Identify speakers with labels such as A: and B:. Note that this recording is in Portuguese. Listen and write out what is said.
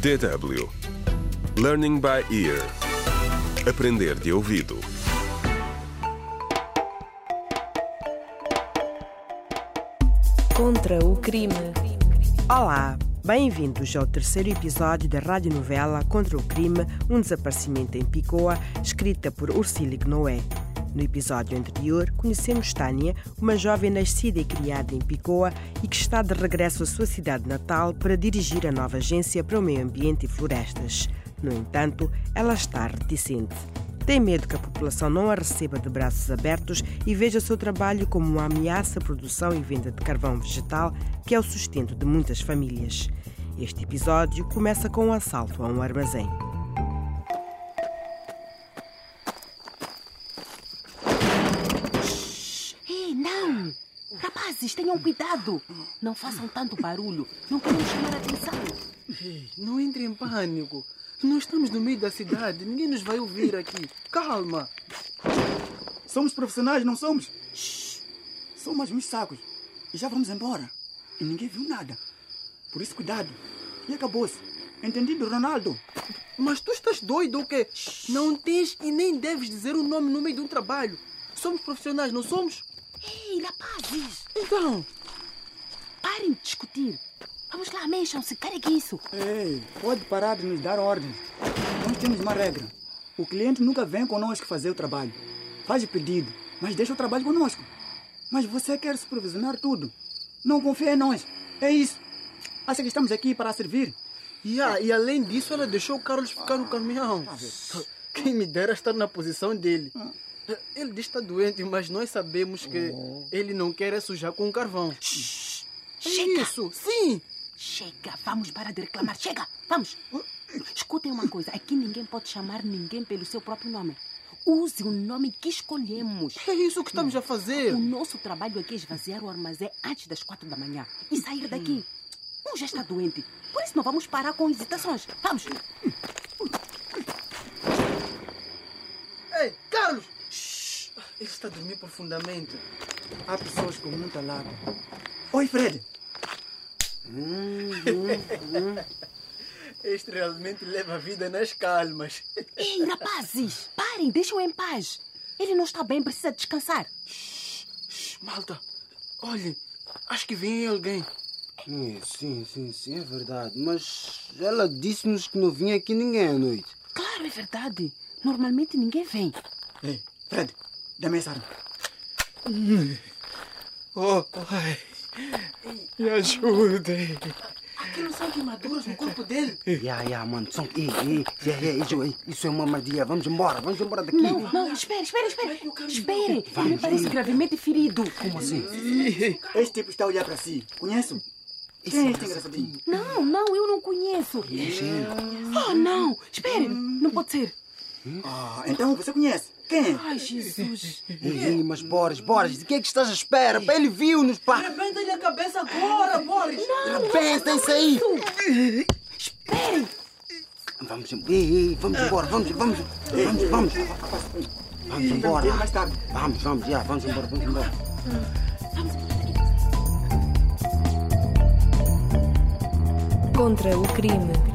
A: DW Learning by Ear Aprender de ouvido
B: Contra o crime.
C: Olá, bem-vindos ao terceiro episódio da radionovela Contra o Crime, um desaparecimento em Picoa, escrita por Ursílico Noé. No episódio anterior, conhecemos Tânia, uma jovem nascida e criada em Picoa e que está de regresso à sua cidade natal para dirigir a nova agência para o meio ambiente e florestas. No entanto, ela está reticente. Tem medo que a população não a receba de braços abertos e veja seu trabalho como uma ameaça à produção e venda de carvão vegetal, que é o sustento de muitas famílias. Este episódio começa com um assalto a um armazém.
D: Ei, não! Rapazes, tenham cuidado! Não façam tanto barulho. Não queremos chamar a atenção.
E: Ei, não entre em pânico. Nós estamos no meio da cidade. Ninguém nos vai ouvir aqui. Calma.
F: Somos profissionais, não somos? Somos mais uns sacos. E já vamos embora. E ninguém viu nada. Por isso, cuidado. E acabou-se. Entendido, Ronaldo?
E: Mas tu estás doido ou quê? Não tens e nem deves dizer o nome no meio de um trabalho. Somos profissionais, não somos?
D: Ei, rapazes!
E: Então,
D: Parem de discutir. Vamos lá, mexam-se. Carreguem isso.
F: Ei, pode parar de nos dar ordens. Nós temos uma regra. O cliente nunca vem conosco fazer o trabalho. Faz o pedido, mas deixa o trabalho conosco. Mas você quer supervisionar tudo. Não confia em nós. É isso. Acha que estamos aqui para servir?
E: e, a- e além disso, ela deixou o Carlos ficar no caminhão. Quem me dera estar na posição dele. Ele diz que está doente, mas nós sabemos que ele não quer é sujar com carvão. É
D: Chega!
E: Isso, sim!
D: Chega! Vamos parar de reclamar. Chega! Vamos! Escutem uma coisa. Aqui ninguém pode chamar ninguém pelo seu próprio nome. Use o nome que escolhemos.
E: É isso que estamos a fazer.
D: O nosso trabalho aqui é esvaziar o armazém antes das quatro da manhã e sair daqui. Um já está doente. Por isso não vamos parar com hesitações. Vamos!
E: Ei, Carlos! Shhh, Ele está a dormir profundamente.
F: Há pessoas com muita lábia. Oi, Fred.
E: Este realmente leva a vida nas calmas.
D: Ei, rapazes! Parem, deixem-o em paz. Ele não está bem, precisa descansar.
E: Shhh, Malta, olhem, acho que vem alguém.
G: É, Sim, sim, sim, é verdade. Mas ela disse-nos que não vinha aqui ninguém né? à noite.
D: Claro, é verdade. Normalmente ninguém vem.
F: Ei, Fred, dá-me essa arma.
E: Oh, ai. Me ajudem.
F: Aquilo são queimaduras no corpo dele.
G: Ya, ya, mano, são. Ei, ei, ya, ya, isso, ei, isso é uma armadilha. Vamos embora, vamos embora daqui.
D: Não, não, espere, espere, espere. Espere, ele parece gravemente ferido.
G: Como assim?
F: Este tipo está a olhar para si. Conheço? Quem é
G: tipo
F: este engraçadinho?
D: Não, não, eu não conheço. Oh, não, espere, não pode ser.
F: Ah, então você conhece? Quem é?
D: Ai, Jesus.
G: Ei, ei, mas Boris, Boris, de que é que estás à espera? Pá, Ele viu-nos, pá.
E: Arrebenta-lhe a cabeça agora, Boris.
G: Pensem-se aí.
D: Espere.
G: Vamos embora, ei, ei, vamos
F: Ah.
G: embora, vamos, vamos, vamos, vamos. Vamos embora.
F: então Mais tarde.
G: Vamos, vamos, já, vamos embora, vamos embora.
B: Contra o crime.